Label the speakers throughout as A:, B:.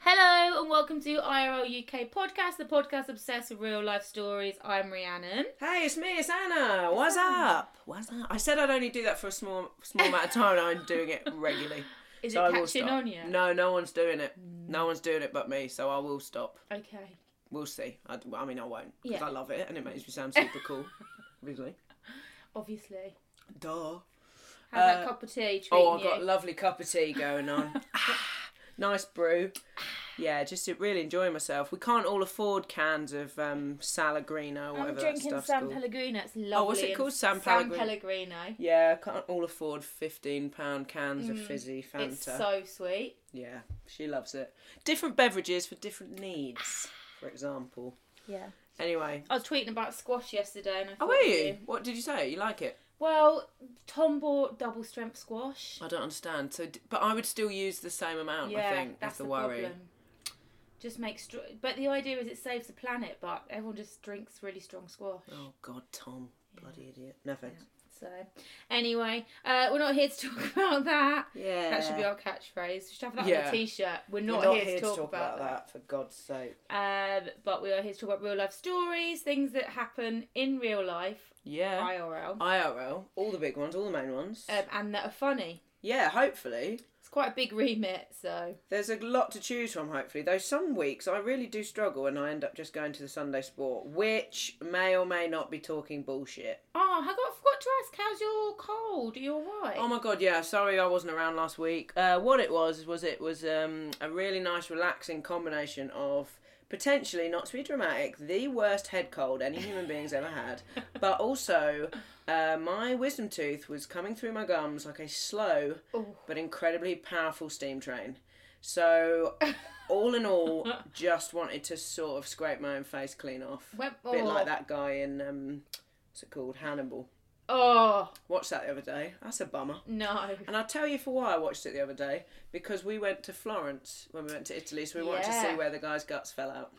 A: Hello and welcome to IRL UK podcast, the podcast obsessed with real life stories. I'm Rhiannon.
B: Hey, it's me, it's Anna. What's up? What's up? I said I'd only do that for a small small amount of time and I'm doing it regularly.
A: Is
B: So
A: it
B: I will
A: catching
B: stop.
A: on yet? Mm.
B: No, no one's doing it. No one's doing it but me, so I will stop.
A: Okay.
B: We'll see. I, I mean, I won't. Because
A: Yeah.
B: I love it and it makes me sound super cool. Obviously.
A: Obviously.
B: Duh.
A: How's that cup of tea treating
B: Oh, I've
A: you?
B: got a lovely cup of tea going on. Ah, nice brew. Yeah, just really enjoying myself. We can't all afford cans of um, Salagrino or
A: I'm
B: whatever that
A: drinking
B: stuff's
A: San
B: called.
A: Pellegrino. It's lovely.
B: Oh, what's it
A: and
B: called? San
A: San
B: Pellegrino.
A: Pellegrino.
B: Yeah, I can't all afford fifteen pound cans of fizzy Fanta.
A: Mm, It's so sweet.
B: yeah, she loves it. Different beverages for different needs, for example.
A: Yeah.
B: Anyway,
A: I was tweeting about squash yesterday and I
B: oh,
A: thought
B: were
A: of
B: you? What did you say? You like it?
A: Well, Tom bought double strength squash.
B: I don't understand. So, d- but I would still use the same amount.
A: yeah,
B: I think
A: that's
B: is the, worry.
A: problem. Just make str- but the idea is it saves the planet, but everyone just drinks really strong squash.
B: Oh God, Tom, bloody idiot. No thanks.
A: So, anyway, uh, we're not here to talk about that.
B: Yeah.
A: That should be our catchphrase. We should have that on
B: Yeah.
A: a t-shirt. We're
B: We're
A: not, here, to talk, about, that.
B: for God's sake.
A: Um, but we are here to talk about real life stories, things that happen in real life,
B: Yeah.
A: IRL,
B: IRL, all the big ones, all the main ones.
A: um, and that are funny.
B: yeah, hopefully.
A: It's quite a big remit, so
B: There's a lot to choose from, hopefully. Though some weeks I really do struggle and I end up just going to the Sunday sport, which may or may not be talking bullshit.
A: oh, I got I forgot to ask, how's your cold? Are you alright?
B: Oh my god, yeah, sorry I wasn't around last week. Uh, what it was, was it was um, a really nice, relaxing combination of potentially, not to be dramatic, the worst head cold any human being's ever had, but also uh, my wisdom tooth was coming through my gums like a slow but incredibly powerful steam train. So, all in all, just wanted to sort of scrape my own face clean off.
A: Wep-
B: bit
A: oh.
B: like that guy in, um, what's it called? Hannibal.
A: Oh
B: Watched that the other day. That's a bummer.
A: no.
B: And I'll tell you for why I watched it the other day because we went to Florence when we went to Italy, so we wanted to
A: Yeah.
B: see where the guy's guts fell out,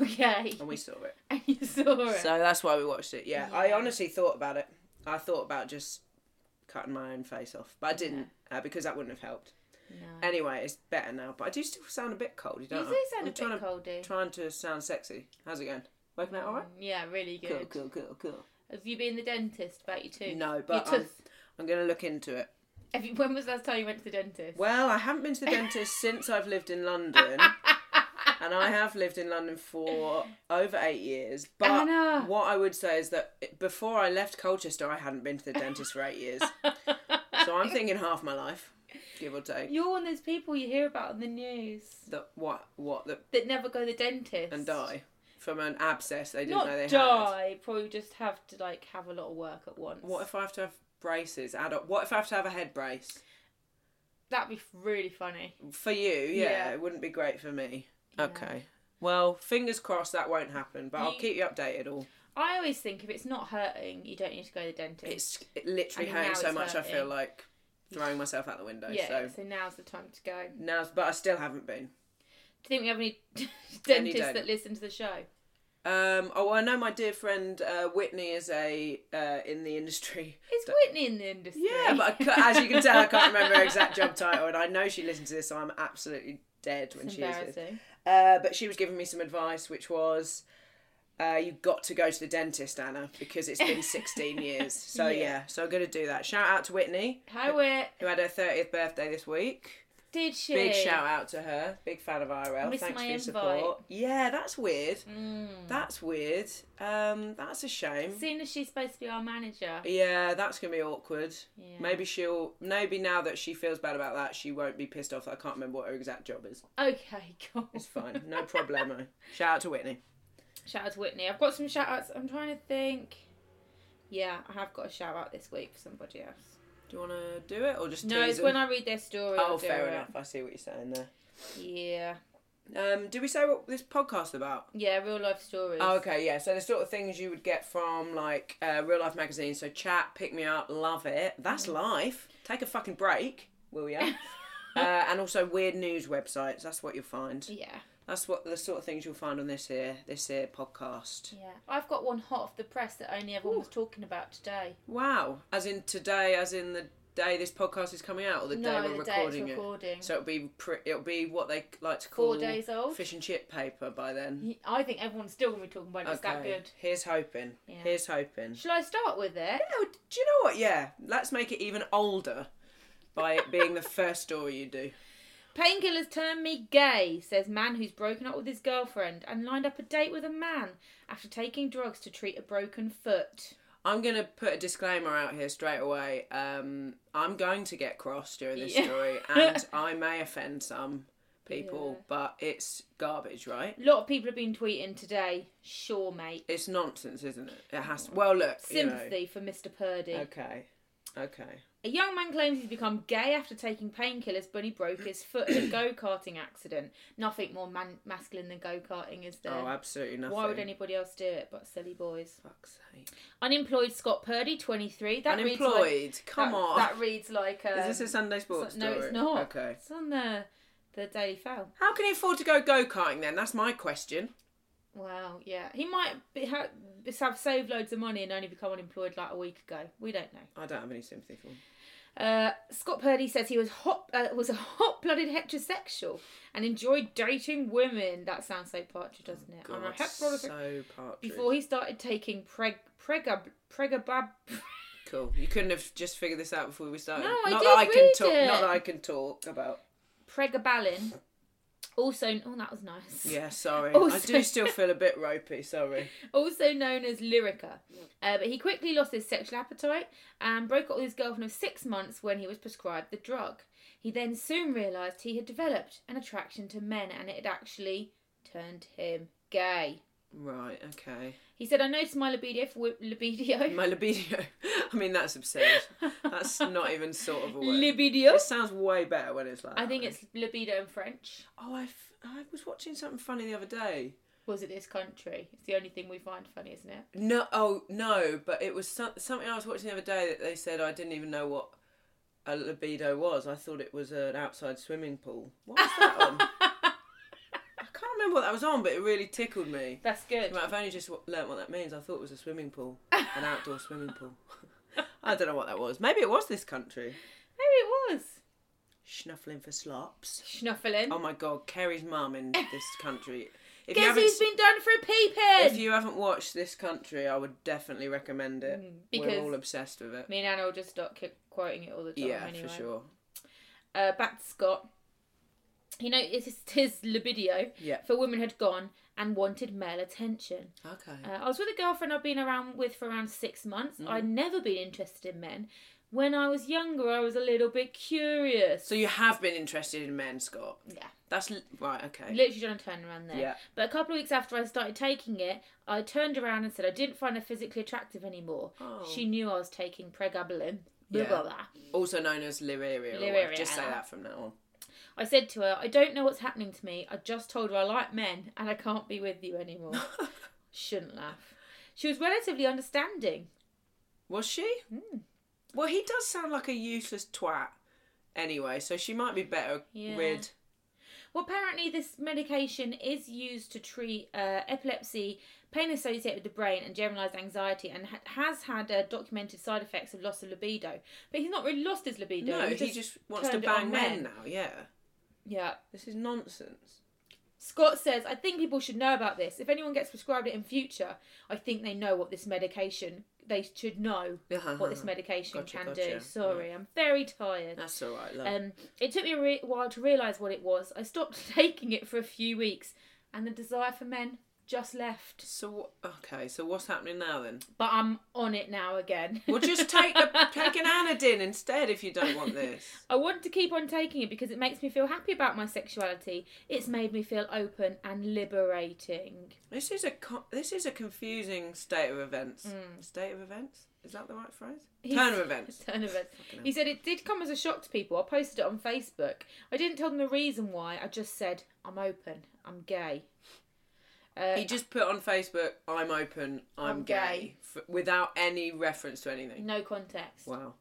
A: Okay.
B: and we saw it.
A: And you saw it.
B: So that's why we watched it. Yeah, I honestly thought about it. I thought about just cutting my own face off, but I didn't uh, because that wouldn't have helped.
A: no.
B: Anyway, it's better now, but I do still sound a bit coldy, don't
A: You
B: I?
A: do sound
B: I'm
A: a bit
B: trying to-
A: coldy.
B: Trying to sound sexy. How's it going? Working out all right?
A: Yeah, really good.
B: Cool, cool, cool, cool.
A: Have you been the dentist about your tooth?
B: No,
A: Your
B: but I'm,
A: tooth.
B: I'm going to look into it.
A: Have you, when was the last time you went to the dentist?
B: Well, I haven't been to the dentist since I've lived in London. And I have lived in London for over eight years. But
A: Anna.
B: what I would say is that before I left Colchester, I hadn't been to the dentist for eight years. so I'm thinking half my life, give or take.
A: You're one of those people you hear about on the news
B: That what what that
A: that never go to the dentist
B: and die from an abscess they didn't
A: Not
B: know they had.
A: die, probably just have to like have a lot of work at once.
B: What if I have to have braces? Adult. What if I have to have a head brace?
A: That'd be really funny.
B: For you, yeah,
A: Yeah.
B: it wouldn't be great for me. Okay. Well, fingers crossed that won't happen, but I'll
A: You-
B: keep you updated. All
A: I always think if it's not hurting, you don't need to go to the dentist.
B: it's it literally
A: I mean, now
B: hurting so
A: it's
B: much. I feel
A: hurting.
B: like throwing myself out the window.
A: yeah,
B: So
A: so now's the time to go. Do
B: now, but I still haven't been.
A: you think we have any dentists
B: don't.
A: that listen to the show?
B: Um, oh, I know my dear friend uh, Whitney is a uh, in the industry.
A: Is Whitney in the industry?
B: Yeah, but I ca- as you can tell, I can't remember her exact job title, and I know she listens to this, so I'm absolutely dead when
A: it's
B: she hears this.
A: embarrassing.
B: Uh, but she was giving me some advice, which was, uh, you got to go to the dentist, Anna, because it's been 16 years. So yeah, so I'm gonna do that. Shout out to Whitney,
A: Hi, Whit.
B: who had her 30th birthday this week.
A: Did she?
B: Big shout out to her. Big fan of IRL.
A: Missed
B: Thanks
A: my
B: for your
A: invite. Mm.
B: support. Yeah, that's weird. That's weird. Um, that's a shame.
A: Seeing as she's supposed to be our manager.
B: Yeah, that's gonna be awkward.
A: Yeah.
B: Maybe she'll. Maybe now that she feels bad about that, she won't be pissed off. That I can't remember what her exact job is.
A: Okay, cool.
B: It's fine. No problemo. Shout out to Whitney.
A: Shout out to Whitney. I've got some shout outs. I'm trying to think. Yeah, I have got a shout out this week for somebody else.
B: Do you want to do it or just
A: No,
B: tease
A: it's
B: them?
A: when I read their story.
B: Oh,
A: I'll do
B: fair
A: it.
B: enough. I see what you're saying there.
A: Yeah,
B: Um, did we say what this podcast's about?
A: yeah, real life stories.
B: Oh, okay, yeah. So the sort of things you would get from like uh, real life magazines. So chat, pick me up, love it.
A: Mm.
B: That's life. Take a fucking break, will ya? uh, and also weird news websites. That's what you'll find.
A: Yeah,
B: That's what the sort of things you'll find on this here this here podcast.
A: yeah. I've got one hot off the press that only everyone was talking about today.
B: Wow. As in today, as in the day this podcast is coming out, or the day
A: No,
B: we're
A: the day it's
B: recording it.
A: recording.
B: So it'll be pre- it'll be what they like to call
A: Four days old.
B: fish and chip paper by then.
A: I think everyone's still gonna be talking about it. It's that good.
B: Here's hoping.
A: Yeah.
B: Here's hoping.
A: Shall I start with it?
B: Oh, do you know what? Yeah, let's make it even older by it being the first story you do.
A: Painkillers turn me gay, says man who's broken up with his girlfriend and lined up a date with a man after taking drugs to treat a broken foot.
B: I'm gonna put a disclaimer out here straight away. Um, I'm going to get cross during this
A: Yeah.
B: story, and I may offend some people, but it's garbage, right?
A: A lot of people have been tweeting today. Sure, mate.
B: It's nonsense, isn't it? It has. Well, look. you know.
A: Sympathy for Mr. Purdy.
B: Okay. Okay.
A: A young man claims he's become gay after taking painkillers, but he broke his foot in a go karting accident. Nothing more man- masculine than go karting, is there?
B: Oh, absolutely nothing.
A: Why would anybody else do it but silly boys?
B: Fuck's sake.
A: Unemployed Scott Purdy, 23. That reads like-
B: Unemployed. Come
A: that-
B: on.
A: That reads like. Um,
B: Is this a Sunday sports
A: so- No,
B: story?
A: it's not.
B: Okay.
A: It's on the the Daily Fowl.
B: How can he afford to go go karting then? That's my question.
A: Wow, yeah, he might be, ha- have saved loads of money and only become unemployed like a week ago. We don't know.
B: I don't have any sympathy for him.
A: Uh, Scott Purdy says he was hot, uh, was a hot-blooded heterosexual and enjoyed dating women. That sounds so Partridge, doesn't it? I'm a
B: Oh God,
A: hot-blooded-
B: so partridge.
A: Before he started taking preg pregab pregabab.
B: Cool. You couldn't have just figured this out before we started.
A: No, I
B: not
A: did
B: that I can
A: read
B: talk
A: it.
B: not that I can talk about.
A: pregabalin. Also, oh, that was nice.
B: Yeah, sorry. I
A: Also-
B: do still feel a bit ropey, sorry.
A: Also known as Lyrica. Uh, but he quickly lost his sexual appetite and broke up with his girlfriend of six months when he was prescribed the drug. He then soon realised he had developed an attraction to men and it had actually turned him gay.
B: Right, okay.
A: He said, I noticed my libido for, wo- libido.
B: My libido. I mean that's absurd. That's not even sort of a word.
A: libido?
B: It sounds way better when it's like
A: I
B: that,
A: think
B: though.
A: it's libido in French.
B: Oh, I, f- I was watching something funny the other day.
A: Was it this country? It's the only thing we find funny, isn't it?
B: No, oh no, but it was some- something I was watching the other day that they said I didn't even know what a libido was. I thought it was an outside swimming pool. What was that on? I can't remember what that was on, but it really tickled me.
A: That's good.
B: I've only just w- learnt what that means. I thought it was a swimming pool, an outdoor swimming pool. I don't know what that was. Maybe it was this country.
A: Maybe it was.
B: Snuffling for slops.
A: Schnuffling.
B: Oh my god, Kerry's mum in this country. If you
A: Guess
B: haven't
A: who's been done for a pee pen?
B: If you haven't watched this country, I would definitely recommend it.
A: Mm, because-
B: We're all obsessed with it.
A: Me and Anna will just start keep quoting it all the time.
B: Yeah,
A: anyway.
B: for sure.
A: Uh, back to Scott. He noticed his libido
B: Yeah.
A: for women had gone and wanted male attention.
B: Okay.
A: Uh, I was with a girlfriend I've been around with for around six months.
B: Mm.
A: I'd never been interested in men. When I was younger, I was a little bit curious.
B: so you have been interested in men, Scott.
A: Yeah.
B: That's l- right. Okay.
A: Literally done a turnaround there.
B: Yeah.
A: But a couple of weeks after I started taking it, I turned around and said I didn't find her physically attractive anymore.
B: Oh.
A: She knew I was taking pregabalin.
B: Yeah.
A: Blah, blah, blah.
B: also known as Lyriria.
A: Lyriria.
B: Lyriria. Just say that from now on.
A: I said to her, I don't know what's happening to me. I just told her I like men and I can't be with you anymore. Shouldn't laugh. She was relatively understanding.
B: Was she?
A: Hmm.
B: Well, he does sound like a useless twat. Anyway, so she might be better
A: Yeah.
B: rid.
A: Well, apparently, this medication is used to treat uh, epilepsy, pain associated with the brain, and generalized anxiety, and ha- has had uh, documented side effects of loss of libido. But he's not really lost his libido.
B: No, he just, wants to
A: turned it on
B: bang men now. Yeah.
A: Yeah.
B: This is nonsense.
A: Scott says, I think people should know about this. If anyone gets prescribed it in future, I think they know what this medication, they should know what this medication
B: Gotcha,
A: can do.
B: gotcha.
A: Sorry, I'm very tired.
B: That's all right, love.
A: Um, it took me a re- while to realise what it was. I stopped taking it for a few weeks and the desire for men just left.
B: so wh- okay, so what's happening now then?
A: But I'm on it now again.
B: Well, just take the, take an anodine instead if you don't want this.
A: I want to keep on taking it because it makes me feel happy about my sexuality. It's made me feel open and liberating.
B: This is a co- this is a confusing state of events. State of events. Is that the right phrase?
A: He's-
B: Mm. Turn of events.
A: Turn of events. He said it did come as a shock to people. I posted it on Facebook. I didn't tell them the reason why. I just said I'm open. I'm gay. Uh,
B: He just put on Facebook, "I'm open, I'm,
A: I'm
B: gay," F- without any reference to anything.
A: no context.
B: Wow.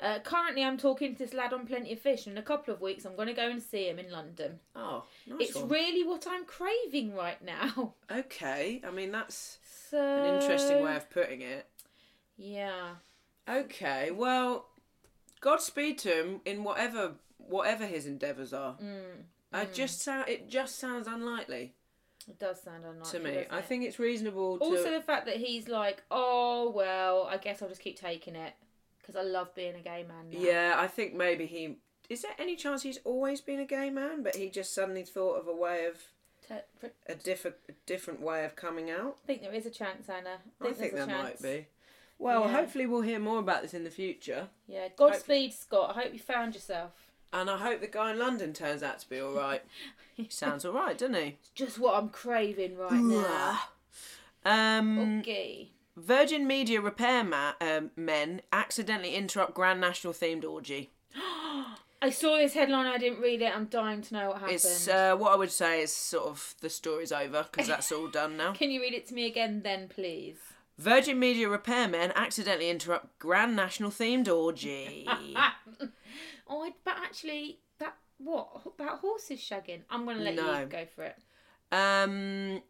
A: Uh, currently, I'm talking to this lad on Plenty of Fish, and in a couple of weeks, I'm going to go and see him in London.
B: Oh, nice
A: it's
B: one.
A: really what I'm craving right now.
B: okay. I mean, that's
A: So
B: an interesting way of putting it.
A: Yeah.
B: Okay. Well, Godspeed to him in whatever whatever his endeavours are. I just sound it just sounds unlikely
A: It does sound unlikely.
B: to me.
A: doesn't
B: I
A: it?
B: think it's reasonable to.
A: Also, the fact that he's like, oh well, I guess I'll just keep taking it because I love being a gay man. Now.
B: yeah, I think maybe he. Is there any chance he's always been a gay man, but he just suddenly thought of a way of
A: Te- pr- I
B: a different different way of coming out?
A: think there is a chance, Anna.
B: I think,
A: there's
B: there
A: a chance.
B: might be. Well,
A: Yeah.
B: hopefully we'll hear more about this in the future,
A: Yeah. Godspeed, Scott. I hope you found yourself.
B: and I hope the guy in London turns out to be all right. he sounds all right, doesn't he?
A: It's just what I'm craving right now.
B: Um,
A: Okay.
B: Virgin Media repair ma- um, men accidentally interrupt Grand National themed orgy.
A: I saw this headline. I didn't read it. I'm dying to know what happened.
B: It's uh, what I would say is sort of the story's over because that's all done now.
A: Can you read it to me again, then, please?
B: Virgin Media repair men accidentally interrupt Grand National themed orgy.
A: Oh, I- but actually, that what that horse is shagging. I'm gonna let
B: No.
A: you go for it.
B: Um,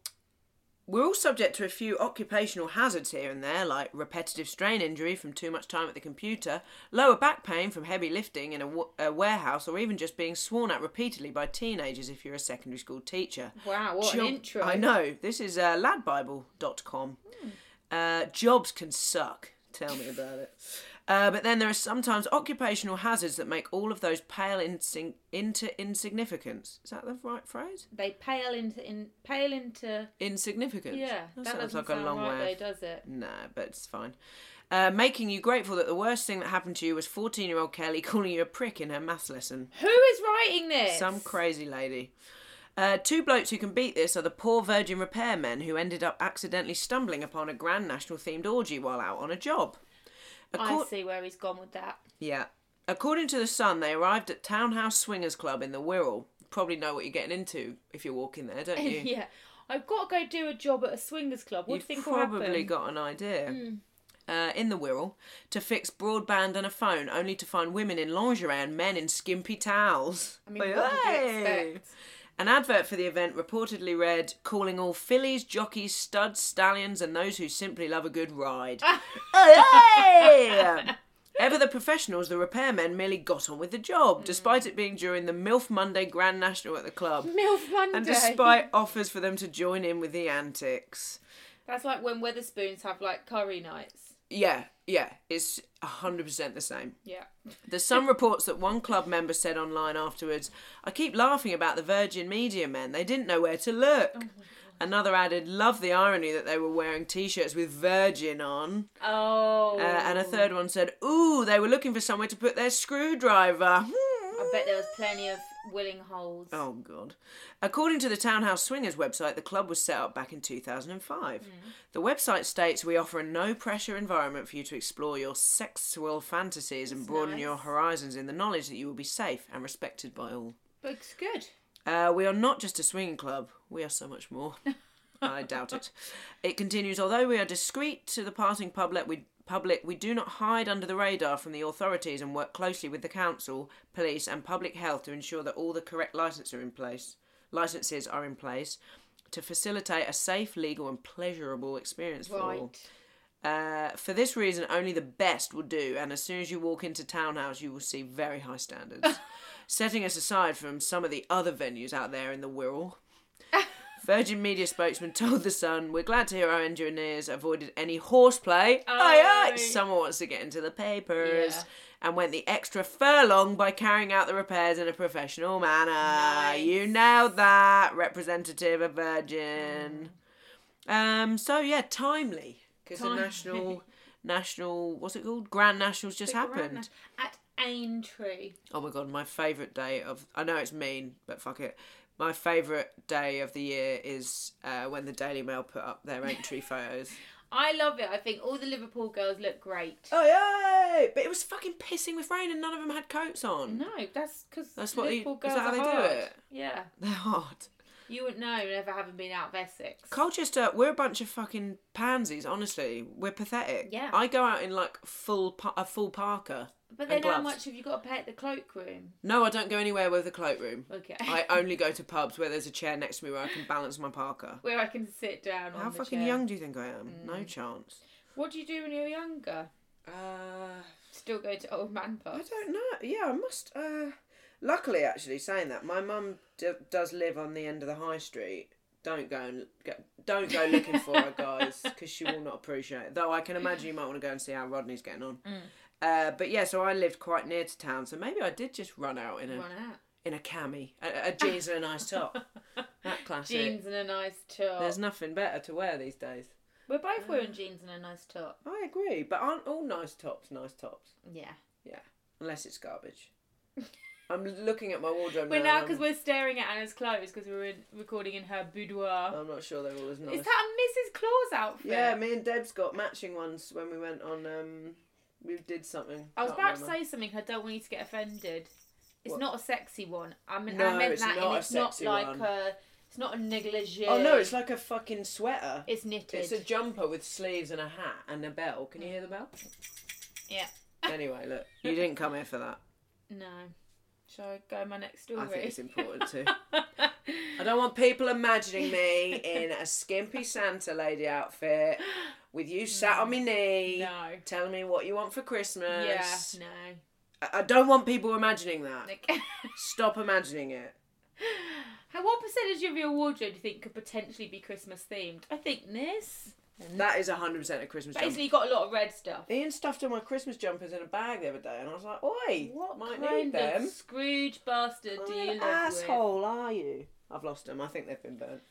B: we're all subject to a few occupational hazards here and there, like repetitive strain injury from too much time at the computer, lower back pain from heavy lifting in a, w- a warehouse, or even just being sworn at repeatedly by teenagers if you're a secondary school teacher.
A: Wow, what an
B: Job-
A: intro. Hmm.
B: I know. This is uh, ladbible.com. Uh, jobs can suck. Tell me about it. Uh, but then there are sometimes occupational hazards that make all of those pale insing- into insignificance. Is that the right phrase?
A: They pale into in pale into
B: Insignificance.
A: yeah.
B: that,
A: That,
B: sounds
A: doesn't
B: like
A: sound
B: a long
A: right
B: way. of-
A: though, does it?
B: no, but it's fine. Uh, making you grateful that the worst thing that happened to you was 14 year old Kelly calling you a prick in her maths lesson.
A: Who is writing this?
B: Some crazy lady. Uh, two blokes who can beat this are the poor virgin repairmen who ended up accidentally stumbling upon a grand national themed orgy while out on a job.
A: I
B: Accord-
A: see where he's gone with that.
B: Yeah. According to The Sun, they arrived at Townhouse Swingers Club in the Wirral. Probably know what you're getting into if you're walking there, don't you?
A: yeah, I've got to go do a job at a swingers club. What
B: You've
A: do you think will
B: probably
A: happen? Hmm.
B: got an idea. Uh, in the Wirral, to fix broadband and a phone, only to find women in lingerie and men in skimpy towels.
A: I mean, what did you expect?
B: An advert for the event reportedly read, calling all fillies, jockeys, studs, stallions, and those who simply love a good ride. Hey! Ever the professionals, the repairmen merely got on with the job, despite it being during the MILF Monday Grand National at the club.
A: Milf Monday.
B: And despite offers for them to join in with the antics.
A: that's like when Weatherspoons have like curry nights.
B: Yeah, yeah, it's 100% the same.
A: Yeah.
B: There's some reports that one club member said online afterwards, I keep laughing about the Virgin Media men. They didn't know where to look. Another added, Love the irony that they were wearing t shirts with Virgin on.
A: Oh.
B: Uh, and a third one said, Ooh, they were looking for somewhere to put their screwdriver.
A: I bet there was plenty of willing holes.
B: Oh, God. According to the Townhouse Swingers website, the club was set up back in 2005. The website states we offer a no pressure environment for you to explore your sexual fantasies and broaden your horizons in the knowledge that you will be safe and respected by all.
A: Looks good.
B: Uh, we are not just a swinging club, we are so much more. I doubt it. It continues, although we are discreet to the passing public, we public we do not hide under the radar from the authorities and work closely with the council, police and public health to ensure that all the correct licenses are in place. Licenses are in place to facilitate a safe, legal and pleasurable experience for all.
A: Right.
B: Uh, for this reason, only the best will do, and as soon as you walk into Townhouse, you will see very high standards. Setting us aside from some of the other venues out there in the Wirral. Virgin Media spokesman told The Sun, We're glad to hear our engineers avoided any horseplay. Aye, aye.
A: Aye.
B: Someone wants to get into the papers.
A: Yeah.
B: And went the extra furlong by carrying out the repairs in a professional manner.
A: Nice.
B: You nailed that, representative of Virgin. Um. So yeah, timely because the
A: Timely.
B: national, national, what's it called? Grand Nationals just happened.
A: At Aintree.
B: oh my god, my favourite day of I know it's mean, but fuck it. My favourite day of the year is uh, when the Daily Mail put up their entry photos.
A: I love it. I think all the Liverpool girls look great.
B: Oh yeah! But it was fucking pissing with rain, and none of them had coats on.
A: No, that's because
B: That's what you-
A: Liverpool
B: is
A: girls
B: that how
A: are
B: they do
A: hard.
B: it?
A: Yeah,
B: They're hard.
A: you wouldn't know never having been out of Essex.
B: Colchester, we're a bunch of fucking pansies. Honestly, we're pathetic.
A: Yeah.
B: I go out in like full pa- a full parka.
A: but
B: and
A: then how
B: gloves.
A: much have you got to pay at the cloakroom?
B: No, I don't go anywhere with a cloakroom.
A: Okay.
B: I only go to pubs where there's a chair next to me where I can balance my parka.
A: Where I can sit down.
B: How
A: on the
B: fucking
A: chair. Mm.
B: young do you think I am? No chance.
A: What do you do when you're younger?
B: Uh,
A: Still go to old man
B: I
A: pubs.
B: don't know. Yeah, I must. Uh, luckily, actually, saying that, my mum d- does live on the end of the high street. Don't go and go, don't go looking for her, guys, because she will not appreciate. it. Though I can imagine you might want to go and see how Rodney's getting on.
A: Mm.
B: Uh, but yeah, so I lived quite near to town, so maybe I did just run out in a
A: Run out.
B: in a cami, a, a jeans and a nice top. That classic.
A: Jeans and a nice top.
B: There's nothing better to wear these days.
A: We're both wearing jeans and a nice top.
B: I agree, but aren't all nice tops nice tops?
A: Yeah.
B: Yeah, unless it's garbage. I'm looking at my wardrobe
A: We're
B: now.
A: now because we're staring at Anna's clothes because we were in, recording in her boudoir.
B: I'm not sure they're all as Oh, nice.
A: Is that a Mrs. Claus outfit?
B: yeah, me and Deb's got matching ones when we went on. Um, we did something.
A: I was
B: Can't
A: about to
B: remember.
A: say something. I don't want you to get offended. It's
B: What?
A: not a sexy one. I mean, I
B: No,
A: meant
B: it's
A: that,
B: not
A: and
B: a
A: it's not
B: sexy
A: like
B: one.
A: a. It's not a negligee.
B: Oh no, it's like a fucking sweater.
A: It's knitted.
B: It's a jumper with sleeves and a hat and a bell. Can you hear the bell?
A: yeah.
B: anyway, look, you didn't come here for that.
A: No. Shall I go my next story?
B: I think it's important too. I don't want people imagining me in a skimpy Santa lady outfit with you sat on my knee,
A: Mm. No.
B: telling me what you want for Christmas.
A: Yeah.
B: I- I don't want people imagining that.
A: No.
B: Stop imagining it.
A: How what percentage of your wardrobe do you think could potentially be Christmas themed? I think this.
B: That is 100% a Christmas jumper.
A: Basically, you got a lot of red stuff.
B: Ian stuffed all my Christmas jumpers in a bag the other day, and I was like, oi,
A: What
B: might
A: kind
B: need
A: of
B: them.
A: Scrooge bastard do
B: What
A: you
B: an
A: live with?
B: asshole are you? I've lost them. I think they've been burnt.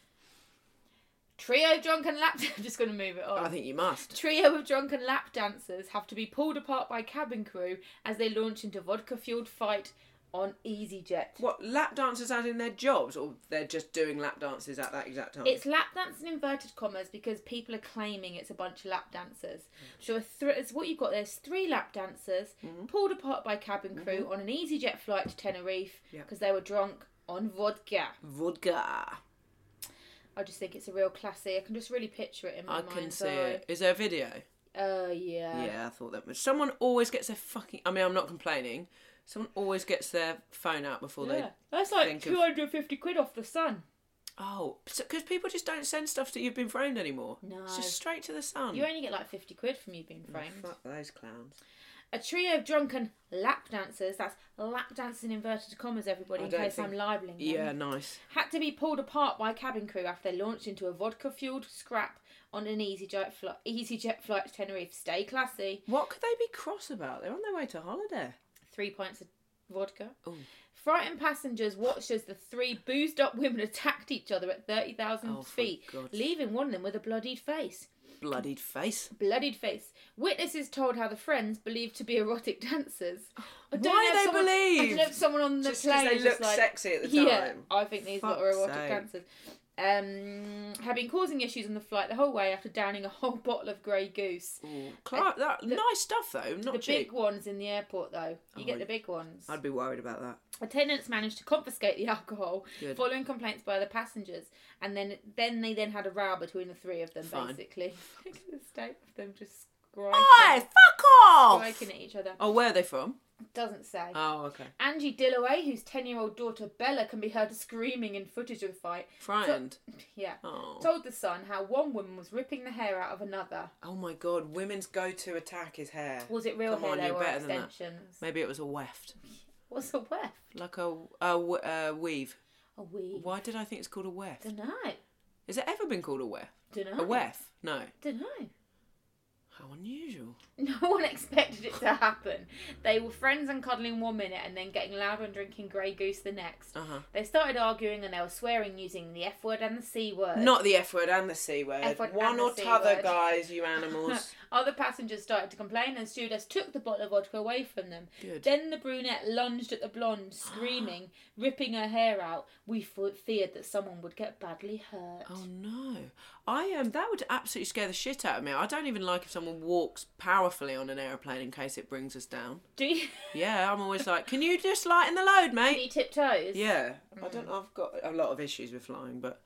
A: Trio drunken lap. I'm just going to move it on.
B: I think you must.
A: Trio of drunken lap dancers have to be pulled apart by cabin crew as they launch into vodka-fueled fight on EasyJet.
B: What, lap dancers as in their jobs, or they're just doing lap dances at that exact time?
A: It's lap dancing in inverted commas because people are claiming it's a bunch of lap dancers.
B: Mm.
A: So a thr it's what you've got there's three lap dancers
B: Mm-hmm.
A: pulled apart by cabin crew on an EasyJet flight to Tenerife
B: Yeah.
A: because they were drunk on vodka.
B: Vodka.
A: I just think it's a real classy. I can just really picture it in my
B: I
A: mind.
B: can see it. Is there a video?
A: Uh, yeah.
B: yeah, I thought that. was- Someone always gets their fucking. I mean, I'm not complaining. Someone always gets their phone out before they.
A: Yeah. That's like
B: think of-
A: two hundred and fifty quid off the sun.
B: Oh, because people just don't send stuff that you've been framed anymore.
A: No.
B: It's just straight to the sun.
A: You only get like fifty quid from you being framed.
B: Hmm. Oh, Fuck those clowns.
A: A trio of drunken lap dancers. That's lap dancers in inverted commas. Everybody,
B: I
A: in
B: don't
A: case
B: think-
A: I'm libeling. them.
B: Yeah, nice.
A: had to be pulled apart by cabin crew after they launched into a vodka fueled scrap on an EasyJet flight. EasyJet flight to Tenerife. Stay classy.
B: What could they be cross about? They're on their way to holiday.
A: Three pints of vodka.
B: Ooh.
A: Frightened passengers watched as the three boozed up women attacked each other at 30,000
B: Oh, for
A: feet,
B: God's-
A: leaving one of them with a bloodied face.
B: Bloodied face.
A: Bloodied face. Witnesses told how the friends believed to be erotic dancers. I don't
B: Why
A: know if
B: they
A: someone, I don't know if
B: believed?
A: someone on the
B: Just 'cause
A: plane
B: they
A: was just
B: looked
A: like,
B: sexy at the
A: Yeah,
B: time.
A: I think these lot are
B: Fuck's
A: erotic
B: sake.
A: dancers. Um, had been causing issues on the flight the whole way after downing a whole bottle of Grey Goose.
B: Clark, that, nice stuff though. Not
A: The
B: cheap.
A: big ones in the airport, though. You get the big ones.
B: Oh, I'd be worried about that.
A: Attendants managed to confiscate the alcohol
B: Good.
A: following complaints by the passengers, and then then they then had a row between the three of them.
B: Fine.
A: Basically, Look at the state of them just
B: Oi,
A: striking,
B: fuck off!
A: striking at each other.
B: Oh, where are they from?
A: Doesn't say.
B: Oh, okay.
A: Angie Dillaway, whose ten-year-old daughter Bella can be heard screaming in footage of the fight,
B: Frightened.
A: yeah,
B: Oh.
A: told the Sun how one woman was ripping the hair out of another.
B: Oh my god, women's go to attack is hair.
A: Was it real
B: Come
A: hair
B: on,
A: though,
B: you're
A: or
B: better than that.
A: extensions?
B: Maybe it was a weft.
A: What's a weft?
B: Like a, a, w- a weave.
A: A weave.
B: Why did I think it's called a weft?
A: Dunno.
B: Has it ever been called a weft?
A: Dunno.
B: A weft? No.
A: Dunno.
B: How unusual.
A: No one expected it to happen. They were friends and cuddling one minute and then getting louder and drinking Grey Goose the next.
B: Uh huh.
A: They started arguing and they were swearing using the F word and the C word.
B: Not the F word and the C word.
A: F word
B: One
A: and the
B: or
A: C
B: t'other,
A: word.
B: guys, you animals.
A: Other passengers started to complain, and stewardess took the bottle of vodka away from them. Then the brunette lunged at the blonde, screaming, ripping her hair out. We fe- feared that someone would get badly hurt.
B: Oh no, I am. Um, that would absolutely scare the shit out of me. I don't even like if someone walks powerfully on an aeroplane in case it brings us down.
A: Do you
B: Yeah, I'm always like, can you just lighten the load, mate?
A: any tiptoes?
B: Yeah.
C: I don't.
A: Mm.
C: I've got a lot of issues with flying, but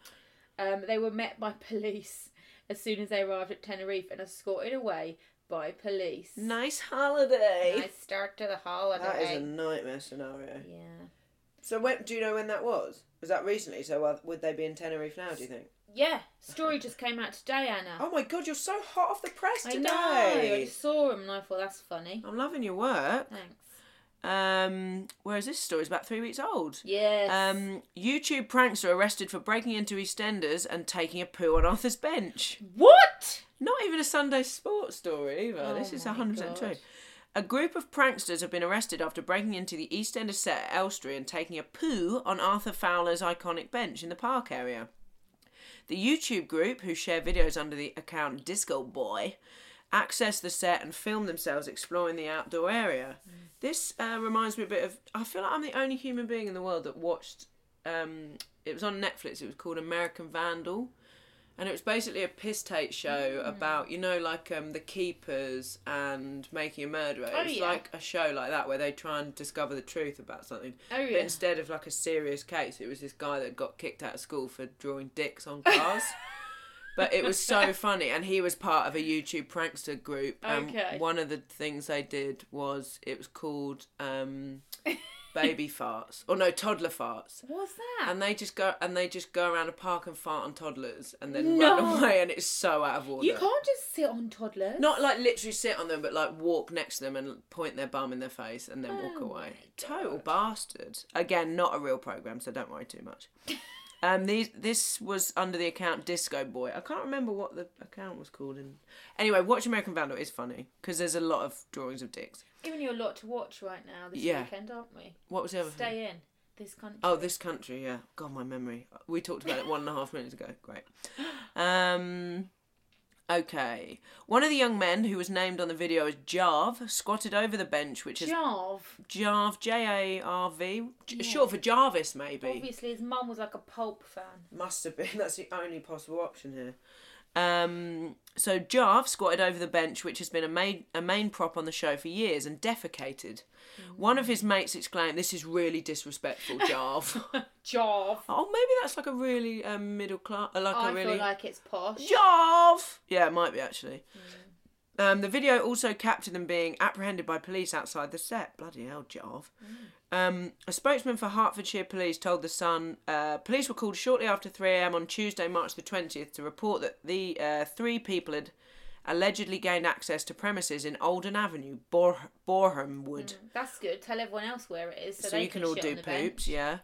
A: Um, they were met by police as soon as they arrived at Tenerife and escorted away by police.
B: Nice holiday.
A: Nice start to the holiday.
C: that is a nightmare scenario.
A: yeah.
C: So when do you know when that was? Was that recently? So uh, would they be in Tenerife now? Do you think?
A: Yeah, story just came out today, Anna.
C: Oh my god, you're so hot off the press
A: I
C: today. Oh.
A: know. I just saw him and I thought that's funny.
B: I'm loving your work.
A: Thanks.
B: Um, whereas this story's about three weeks old.
A: Yes.
B: Um, YouTube prankster arrested for breaking into EastEnders and taking a poo on Arthur's bench.
A: what?
B: Not even a Sunday sports story either. this is
A: Oh my
B: 100% true.
A: God.
B: A group of pranksters have been arrested after breaking into the East End set at Elstree and taking a poo on Arthur Fowler's iconic bench in the park area. The YouTube group, who share videos under the account Disco Boy, accessed the set and filmed themselves exploring the outdoor area. This uh, reminds me a bit of. I feel like I'm the only human being in the world that watched. Um, it was on Netflix. It was called American Vandal, and it was basically a piss take show
A: Mm.
B: about you know like um, the keepers and making a murderer.
A: Oh,
B: it was
A: yeah.
B: like a show like that where they try and discover the truth about something.
A: Oh,
B: But
A: yeah.
B: instead of like a serious case, it was this guy that got kicked out of school for drawing dicks on cars. but it was so funny, and he was part of a YouTube prankster group. And
A: Okay.
B: one of the things they did was it was called um, baby farts, or no, toddler farts.
A: What's that?
B: And they just go and they just go around a park and fart on toddlers, and then
A: No.
B: run away, and it's so out of order.
A: you can't just sit on toddlers.
B: Not like literally sit on them, but like walk next to them and point their bum in their face and then walk
A: Oh
B: away. Total bastard. Again, not a real program, so don't worry too much. Um, these this was under the account Disco Boy. I can't remember what the account was called. In anyway, watch American Vandal is funny because there's a lot of drawings of dicks.
A: Giving you a lot to watch right now this
B: Yeah.
A: weekend, aren't we?
B: What was the other thing?
A: Stay in this country.
B: Oh, this country, yeah. God, my memory. We talked about it one and a half minutes ago. Great. Um, okay. One of the young men who was named on the video as Jarve squatted over the bench, which is
A: Jarve.
B: Jarve, J A R V, j- short for Jarvis, maybe.
A: Obviously, his mum was like a pulp fan.
C: Must have been. That's the only possible option here.
B: Um, so Jarve squatted over the bench, which has been a main, a main prop on the show for years, and defecated. One of his mates exclaimed, "This is really disrespectful, Jarve."
A: Jarve.
B: oh, maybe that's like a really um, middle class, like
A: Oh, I
B: a really
A: feel like it's posh.
B: Jarve! Yeah, it might be actually.
A: Hmm.
B: Um, the video also captured them being apprehended by police outside the set. Bloody hell, Jarve.
A: Hmm.
B: Um, a spokesman for Hertfordshire Police told The Sun uh, police were called shortly after 3am on Tuesday, March the 20th, to report that the uh, three people had allegedly gained access to premises in Alden Avenue, Bor- Boreham Wood
A: That's good. Tell everyone else where it is, so,
B: so,
A: they
B: you can all
A: shit
B: do
A: on the bench.
B: poops, yeah.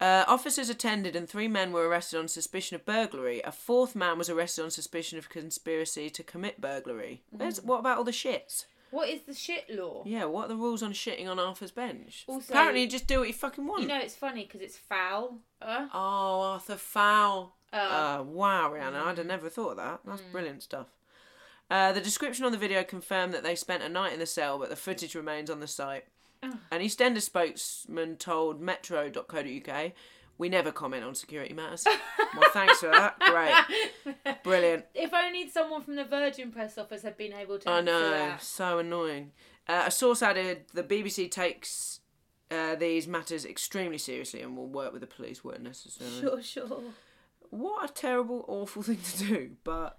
B: Uh, officers attended, and three men were arrested on suspicion of burglary. A fourth man was arrested on suspicion of conspiracy to commit burglary. Where's,
A: Mm-hmm.
B: what about all the shits?
A: What is the shit law?
B: Yeah, what are the rules on shitting on Arthur's bench?
A: Also-
B: Apparently, you just do what you fucking want.
A: You know, it's funny because it's foul. Uh,
B: oh, Arthur Fowl. Uh, wow, Rihanna, I'd have never thought of that. That's brilliant stuff. Uh, the description on the video confirmed that they spent a night in the cell, but the footage remains on the site. An EastEnders spokesman told Metro.co.uk, "We never comment on security matters." well, thanks for that. Great, brilliant.
A: if only someone from the Virgin Press office had been able to.
B: I
A: answer
B: know,
A: that.
B: so annoying. Uh, a source added, "The BBC takes uh, these matters extremely seriously and will work with the police where necessary."
A: Sure, sure.
B: What a terrible, awful thing to do, but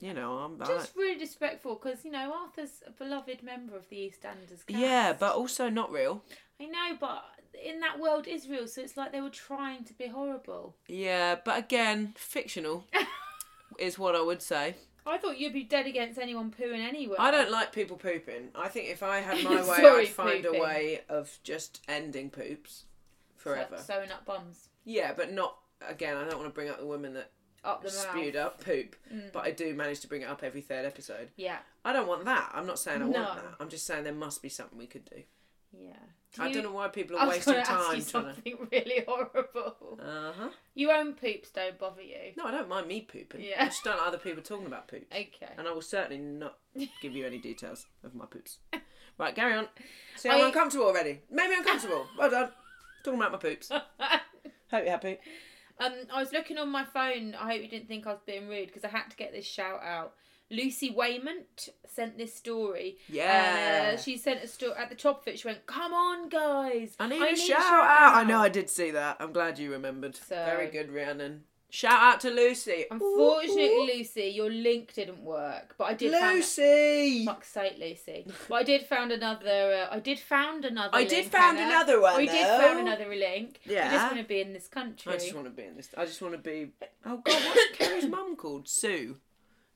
B: you know, I'm I-
A: Just really disrespectful because you know Arthur's a beloved member of the EastEnders. Cast.
B: yeah, but also not real.
A: I know, but in that world is real, so it's like they were trying to be horrible.
B: Yeah, but again, fictional is what I would say.
A: I thought you'd be dead against anyone pooing anywhere.
C: I don't like people pooping. I think if I had my way,
A: Sorry,
C: I'd find
A: pooping.
C: a way of just ending poops forever.
A: Like sewing up bums
C: Yeah, but not again. I don't want to bring up the women that
A: up the mouth. Mm.
C: spewed up poop, but I do manage to bring it up every third episode.
A: Yeah,
C: I don't want that. I'm not saying I
A: No.
C: want that. I'm just saying there must be something we could do.
A: Yeah.
B: I don't know why people
A: I
B: are
A: was
B: wasting
A: going to ask
B: time
A: you
B: trying to.
A: something really horrible.
B: Uh huh.
A: Your own poops don't bother you.
B: No, I don't mind me pooping.
A: Yeah.
B: I just don't like other people talking about poops.
A: Okay.
B: And I will certainly not give you any details of my poops. Right, carry on. See,
A: I-
B: I'm uncomfortable already. Made me uncomfortable. Well done. Talking about my poops. Hope you're happy.
A: Um, I was looking on my phone. I hope you didn't think I was being rude because I had to get this shout out. Lucy Waymont sent this story.
B: Yeah.
A: Uh, she sent a story at the top of it. She went, "Come on, guys!
B: I need
A: a
B: a shout out. I know I did see that. I'm glad you remembered.
A: So-
B: Very good, Rhiannon. Shout out to Lucy.
A: Unfortunately, Lucy, your link didn't work, but I did. find-
B: Lucy.
A: Fuck's sake, Lucy. But I did found another. Uh, I did found another.
B: I
A: link,
B: did found
A: Hannah.
B: another one,
A: I did
B: though.
A: found another link. I
B: Yeah.
A: just want to be in this country.
B: I just want to be in this. I just want to be. Oh God, what's Kerry's mum called? Sue.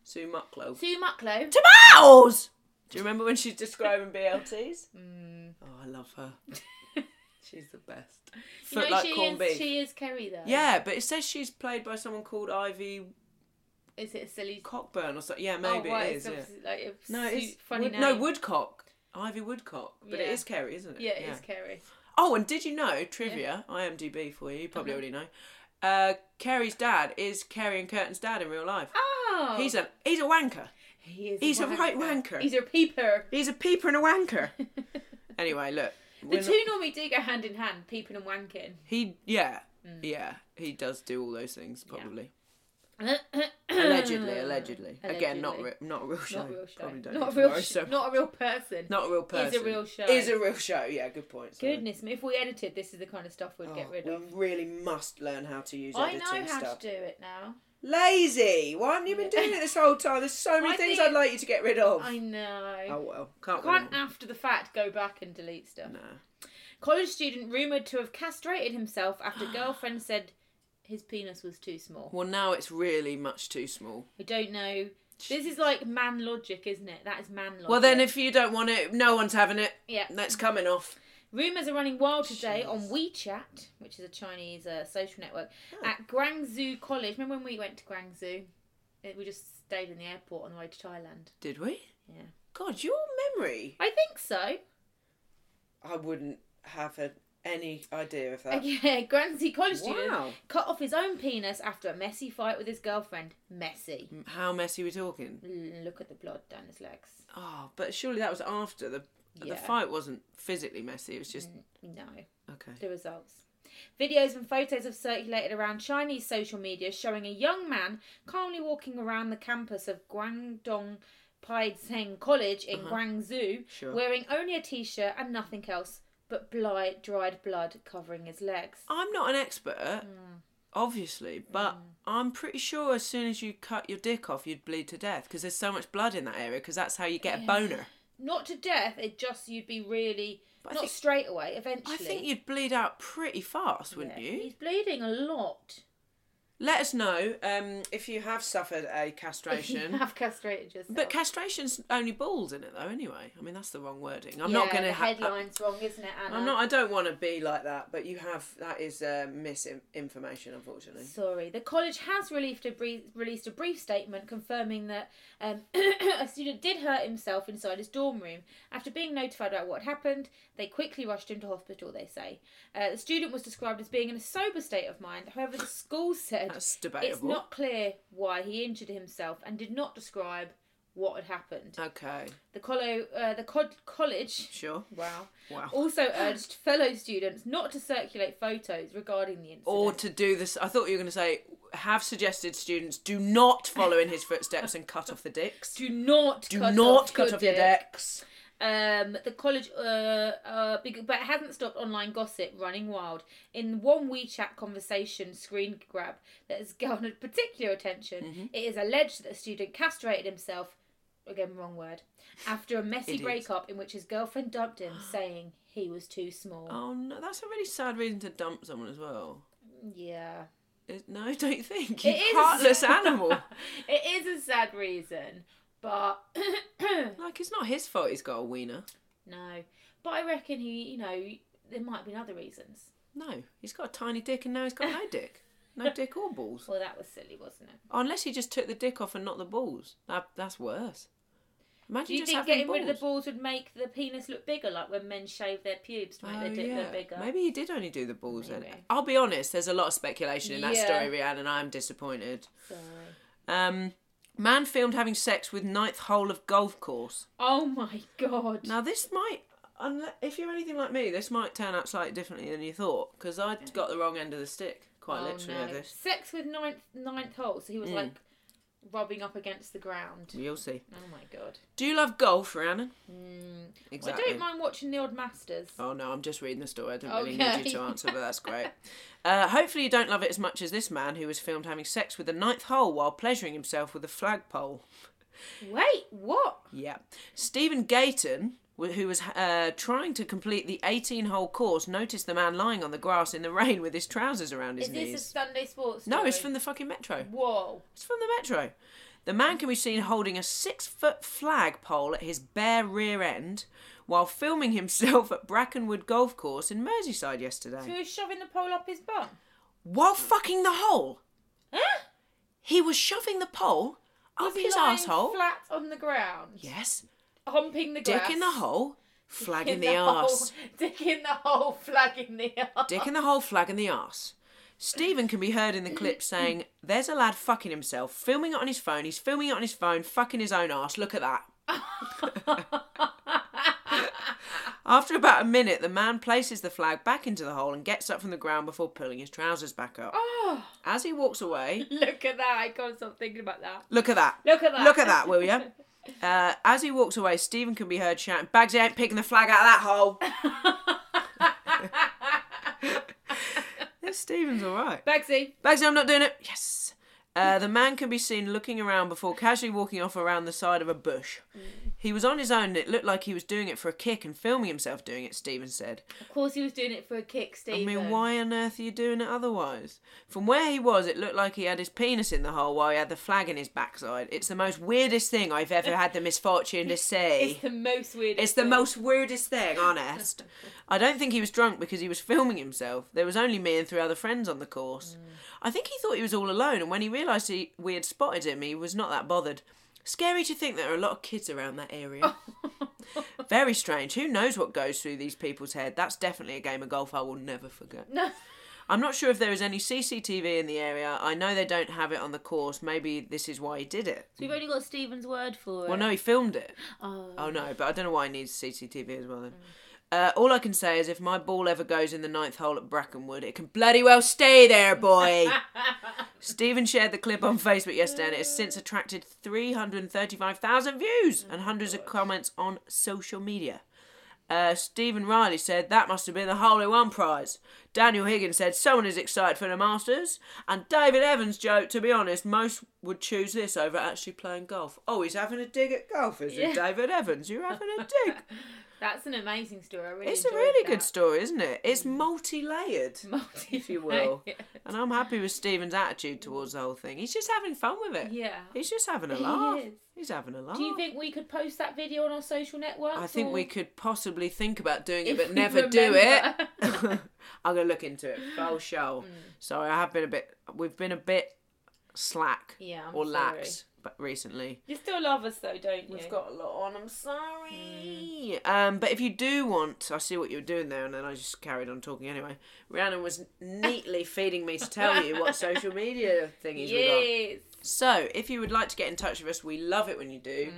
B: Sue Mucklow.
A: Sue Mucklow.
B: Tomatoes. Do you remember when she's describing BLTs?
A: Mm.
B: Oh, I love her. she's the best.
A: You
B: Foot
A: know,
B: like
A: she
B: corned
A: is.
B: beef.
A: She is Kerry though.
B: Yeah, but it says she's played by someone called Ivy
A: Is it a silly?
B: Cockburn or something. Yeah, maybe
A: oh, right,
B: it is.
A: It's
B: yeah.
A: obviously, like, a
B: No,
A: su-
B: it's
A: funny
B: Wood-
A: name.
B: no Woodcock. Ivy Woodcock, but it
A: Yeah.
B: is Kerry, isn't it?
A: Yeah, it is Kerry.
B: Oh, and did you know trivia? IMDb for you. You probably
A: Uh-huh.
B: already know. Uh, Kerry's dad is Kerry and Curtin's dad in real life.
A: Oh,
B: He's a he's a wanker.
A: he is
B: he's a right wanker.
A: He's a peeper.
B: He's a peeper and a wanker. anyway, look.
A: The
B: we're
A: two normally do go hand in hand, peeping and
B: He yeah
A: Mm.
B: yeah he does do all those things probably
A: wanking.
B: allegedly, allegedly again not
A: Allegedly.
B: re- not a real show
A: Not a real show.
B: probably don't
A: not
B: need
A: a
B: to
A: real.
B: worry,
A: sh-
B: so-
A: Not a real person.
B: not a real person
A: Is a real show.
B: is a real show yeah good point sorry.
A: Goodness me! If we edited, this is the kind of stuff we'd get
B: Oh,
A: rid
B: we
A: of.
B: really must learn how to use
A: I
B: editing
A: know how
B: stuff
A: to do it now.
B: lazy why haven't you been doing it this whole time there's so many
A: I
B: things
A: think-
B: I'd like you to get rid of
A: I know.
B: oh well can't,
A: I can't
B: we
A: after the fact go back and delete stuff.
B: no
A: College student rumoured to have castrated himself after girlfriend said his penis was too small.
B: well now it's really much too small
A: I don't know. This is like man logic, isn't it? That is man logic.
B: well then if you don't want it no one's having it
A: Oh, Yeah.
B: that's coming off
A: Rumours are running wild today on WeChat, which is a Chinese uh, social network,
B: Oh.
A: at Guangzhou College. Remember when we went to Guangzhou? It- We just stayed in the airport on the way to Thailand.
B: did we
A: Yeah.
B: God your memory
A: I think so.
B: I wouldn't have a, any idea of that.
A: Yeah, Guernsey college
B: Wow.
A: student cut off his own penis after a messy fight with his girlfriend. Messy.
B: How messy we're talking.
A: L- Look at the blood down his legs.
B: Oh, but surely that was after the the
A: Yeah. Mm.
B: fight wasn't physically messy. It was just
A: No,
B: okay.
A: the results. Videos and photos have circulated around Chinese social media showing a young man calmly walking around the campus of Guangdong Paizheng College in Guangzhou,
B: Uh-huh. Sure.
A: wearing only a t-shirt and nothing else but bli- dried blood covering his legs.
B: I'm not an expert,
A: Mm.
B: obviously, but I'm pretty sure as soon as you cut your dick off, you'd bleed to death because there's so much blood in that area. Because that's how you get a boner.
A: Not to death, it just you'd be really
B: But I
A: not
B: think-
A: straight away. Eventually,
B: I think you'd bleed out pretty fast, wouldn't
A: Yeah.
B: you?
A: He's bleeding a lot.
B: Let us know um, if you have suffered a castration.
A: I've castrated yourself.
B: But castration's only balls in it, though. Anyway, I mean that's the wrong wording. I'm
A: yeah,
B: not going to
A: the
B: have.
A: headline's wrong, isn't it, Anna?
B: I'm not. I don't want to be like that. But you have. That is uh, misinformation, unfortunately.
A: Sorry. The college has released a brief, released a brief statement confirming that um, a student did hurt himself inside his dorm room. After being notified about what had happened, they quickly rushed him to hospital. They say uh, the student was described as being in a sober state of mind. However, the school said
B: That's
A: it's
B: debatable.
A: not clear why he injured himself and did not describe what had happened.
B: Okay.
A: The, collo- uh, the cod- college
B: Uh, Sure.
A: Wow.
B: Wow.
A: Also urged fellow students not to circulate photos regarding the incident.
B: Or to do this. I thought you were going to say have suggested students do not follow in his footsteps and cut off the dicks.
A: do not
B: Do
A: cut
B: not
A: off
B: cut
A: your
B: off your
A: dick.
B: dicks.
A: Um, the college, uh, uh, bec- but it hasn't stopped online gossip running wild. In one WeChat conversation screen grab that has garnered particular attention,
B: Mm-hmm.
A: it is alleged that a student castrated himself. Again, wrong word. After a messy
B: Idiot.
A: breakup in which his girlfriend dumped him, saying he was too small.
B: Oh no, that's a really sad reason to dump someone as well.
A: Yeah.
B: It- no, don't you think? You
A: It is a
B: heartless
A: sad-
B: animal.
A: It is a sad reason, but
B: Like it's not his fault he's got a wiener.
A: no. But I reckon he, you know, there might have been other reasons.
B: No, he's got a tiny dick and now he's got no dick. No dick or balls.
A: Well, that was silly, wasn't it?
B: Unless he just took the dick off and not the balls. That that's worse. Imagine
A: Do you
B: just
A: think
B: having
A: getting rid of the balls
B: balls.
A: would make the penis look bigger, like when men shave their pubes to make their
B: Oh,
A: dick
B: yeah.
A: look bigger?
B: Maybe he did only do the balls then.
A: Maybe.
B: I'll be honest, there's a lot of speculation in that
A: Yeah.
B: story, Rihanna, and I'm disappointed.
A: Sorry.
B: Um, man filmed having sex with ninth hole of golf course.
A: Oh my god.
B: Now this might, unle- if you're anything like me, this might turn out slightly differently than you thought because I got the wrong end of the stick, quite
A: Oh,
B: literally.
A: no.
B: with This Mm.
A: Sex with ninth ninth hole, so he was like rubbing up against the ground.
B: you'll see.
A: Oh my god.
B: Do you love golf, Rihanna?
A: Mm, I don't mind watching the odd masters.
B: Oh no, I'm just reading the story. I don't really need
A: Okay.
B: you to answer, but that's great. Uh, hopefully, you don't love it as much as this man who was filmed having sex with the ninth hole while pleasuring himself with a flagpole.
A: Wait, what?
B: Yeah. Stephen Gayton, wh- who was uh, trying to complete the 18 hole course, noticed the man lying on the grass in the rain with his trousers around his
A: Is
B: knees.
A: this a Sunday sports?
B: No, it's
A: story?
B: from the fucking Metro.
A: Whoa.
B: It's from the Metro. The man can be seen holding a six foot flag pole at his bare rear end while filming himself at Brackenwood Golf Course in Merseyside yesterday.
A: So he was shoving the pole up his bum.
B: While fucking the hole!
A: Huh?
B: He was shoving the pole
A: Was
B: up
A: he
B: his
A: lying
B: asshole.
A: Flat on the ground.
B: yes.
A: Humping the grass.
B: Dick in the hole,
A: Dick
B: flag in the,
A: hole.
B: arse.
A: Dick in the hole, flag in the arse.
B: Dick in the hole, flag in the arse. Stephen can be heard in the clip saying, There's a lad fucking himself, filming it on his phone, he's filming it on his phone, fucking his own arse, look at that. After about a minute, the man places the flag back into the hole and gets up from the ground before pulling his trousers back up.
A: Oh,
B: As he walks away,
A: look at that. I can't stop thinking about that.
B: look at that.
A: Look at that.
B: Look at that, will you? Uh, as he walks away, Stephen can be heard shouting, Bagsy ain't picking the flag out of that hole. this Stephen's all right.
A: Bagsy.
B: Bagsy, I'm not doing it. Yes. Uh, the man can be seen looking around before casually walking off around the side of a bush.
A: Mm.
B: He was on his own and it looked like he was doing it for a kick and filming himself doing it, Stephen said.
A: Of course, he was doing it for a kick,
B: I
A: Stephen.
B: mean, why on earth are you doing it otherwise? From where he was, it looked like he had his penis in the hole while he had the flag in his backside. It's the most weirdest thing I've ever had the misfortune to see.
A: It's the most weird.
B: It's the most weirdest thing, honest. I don't think he was drunk because he was filming himself. There was only me and three other friends on the course.
A: Mm.
B: I think he thought he was all alone, and when he realised he, we had spotted him, he was not that bothered. Scary to think there are a lot of kids around that area. Very strange. Who knows what goes through these people's head? That's definitely a game of golf I will never forget.
A: No.
B: I'm not sure if there is any CCTV in the area. I know they don't have it on the course. Maybe this is why he did it.
A: We've only got Stephen's word for it.
B: Well, no, he filmed it.
A: Oh.
B: Oh no, but I don't know why he needs CCTV as well then. Uh, all I can say is if my ball ever goes in the ninth hole at Brackenwood, it can bloody well stay there, boy. Stephen shared the clip on Facebook yesterday and it has since attracted 335,000 views and hundreds
A: Oh,
B: of comments on social media. Uh, Stephen Riley said that must have been the Holy One prize. Daniel Higgins said someone is excited for the Masters. And David Evans joked, to be honest, most would choose this over actually playing golf. Oh, he's having a dig at golf, is he? David Evans, you're having a dig.
A: That's an amazing story. I really
B: it's a
A: enjoyed
B: really good
A: that. Mm.
B: story, isn't it? It's multi layered,
A: Multi-
B: if you will. And I'm happy with Stephen's attitude towards the whole thing. He's just having fun with it.
A: Yeah.
B: He's just having a
A: He
B: laugh.
A: is.
B: He's having a laugh.
A: Do you think we could post that video on our social networks?
B: Oh. I think
A: or-
B: we could possibly think about doing
A: If
B: it, but
A: we
B: never do it.
A: remember. Mm.
B: I'm gonna look into it. Full show. Sorry, I have been a bit. We've been a bit slack
A: Yeah, I'm
B: or
A: sorry.
B: lax, but recently
A: You still love us though, don't you?
B: we've got a lot on. I'm sorry. Um, but if you do want, I see what you were doing there, and then I just carried on talking anyway. Rihanna was neatly feeding me to tell you what social media thingies we got.
A: Yes.
B: So, if you would like to get in touch with us, we love it when you do.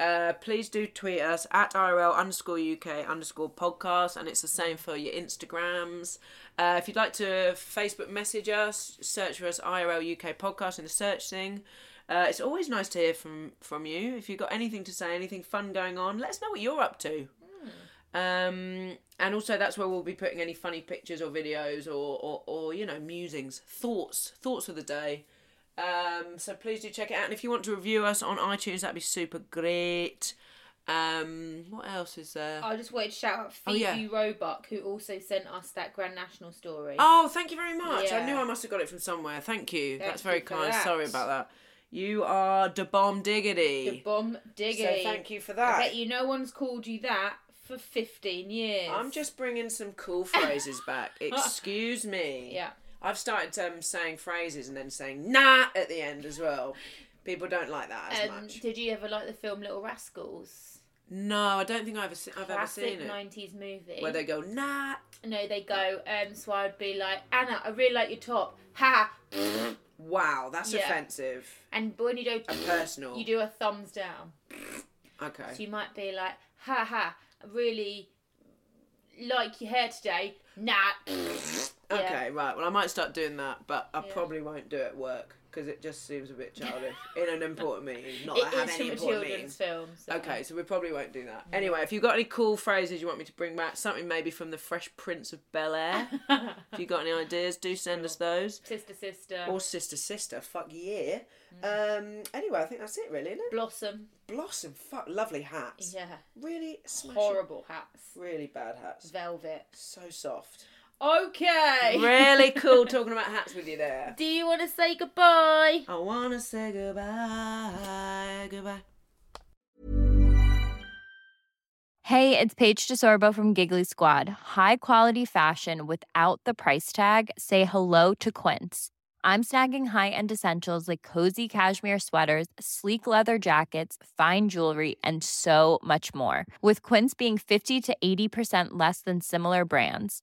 B: Uh, please do tweet us at RL underscore UK underscore podcast, and it's the same for your Instagrams. Uh, if you'd like to Facebook message us, search for us IRL UK podcast in the search thing. Uh, it's always nice to hear from from you. If you've got anything to say, anything fun going on, let us know what you're up to. Um, and also that's where we'll be putting any funny pictures or videos or, or, or you know musings, thoughts, thoughts of the day. Um, so please do check it out. And if you want to review us on iTunes, that'd be super great. Um, what else is there?
A: I just wanted to shout out
B: Oh,
A: Phoebe
B: yeah.
A: Roebuck, who also sent us that Grand National story.
B: Oh, thank you very much. I
A: Yeah.
B: knew I must have got it from somewhere. Thank you.
A: Thank
B: that's very
A: you for
B: kind.
A: that.
B: Sorry about that. You are the bomb diggity.
A: The bomb diggy.
B: So thank you for that.
A: I bet you no one's called you that for 15 years.
B: I'm just bringing some cool phrases back. Excuse me.
A: Yeah.
B: I've started um, saying phrases and then saying nah at the end as well. People don't like that as
A: Um,
B: much.
A: did you ever like the film Little Rascals?
B: No, I don't think I've ever se- I've ever
A: Classic
B: seen it.
A: nineties movie.
B: Where they go, nah,
A: No, they go. Um, so I'd be like, Anna, I really like your top. Ha!
B: wow, that's
A: Yeah.
B: offensive
A: And when you do,
B: and personal.
A: you do a thumbs down.
B: okay.
A: So you might be like, ha ha, I really like your hair today. Nah. Yeah.
B: Okay, right. Well, I might start doing that, but I
A: Yeah.
B: probably won't do it at work because it just seems a bit childish in an important meeting. Not that I
A: It
B: have
A: is
B: any
A: from a
B: important
A: children's
B: meetings.
A: film. so-
B: Okay, so we probably won't do that. Anyway, if you've got any cool phrases you want me to bring back, something maybe from the Fresh Prince of Bel Air. if you've got any ideas, do send us those.
A: Sister, sister.
B: Or sister, sister, fuck yeah.
A: Mm.
B: Um, anyway, I think that's it, really. Isn't it?
A: Blossom.
B: Blossom, fuck, lovely hats.
A: Yeah.
B: Really smashing.
A: Horrible hats.
B: Really bad hats.
A: Velvet.
B: So soft.
A: Okay.
B: Really cool talking about hats with you there.
A: Do you want to say goodbye?
B: I wanna say goodbye, goodbye.
D: Hey, it's Paige DeSorbo from Giggly Squad. High quality fashion without the price tag. Say hello to Quince. I'm snagging high-end essentials like cozy cashmere sweaters, sleek leather jackets, fine jewelry, and so much more. With Quince being 50 to 80% less than similar brands.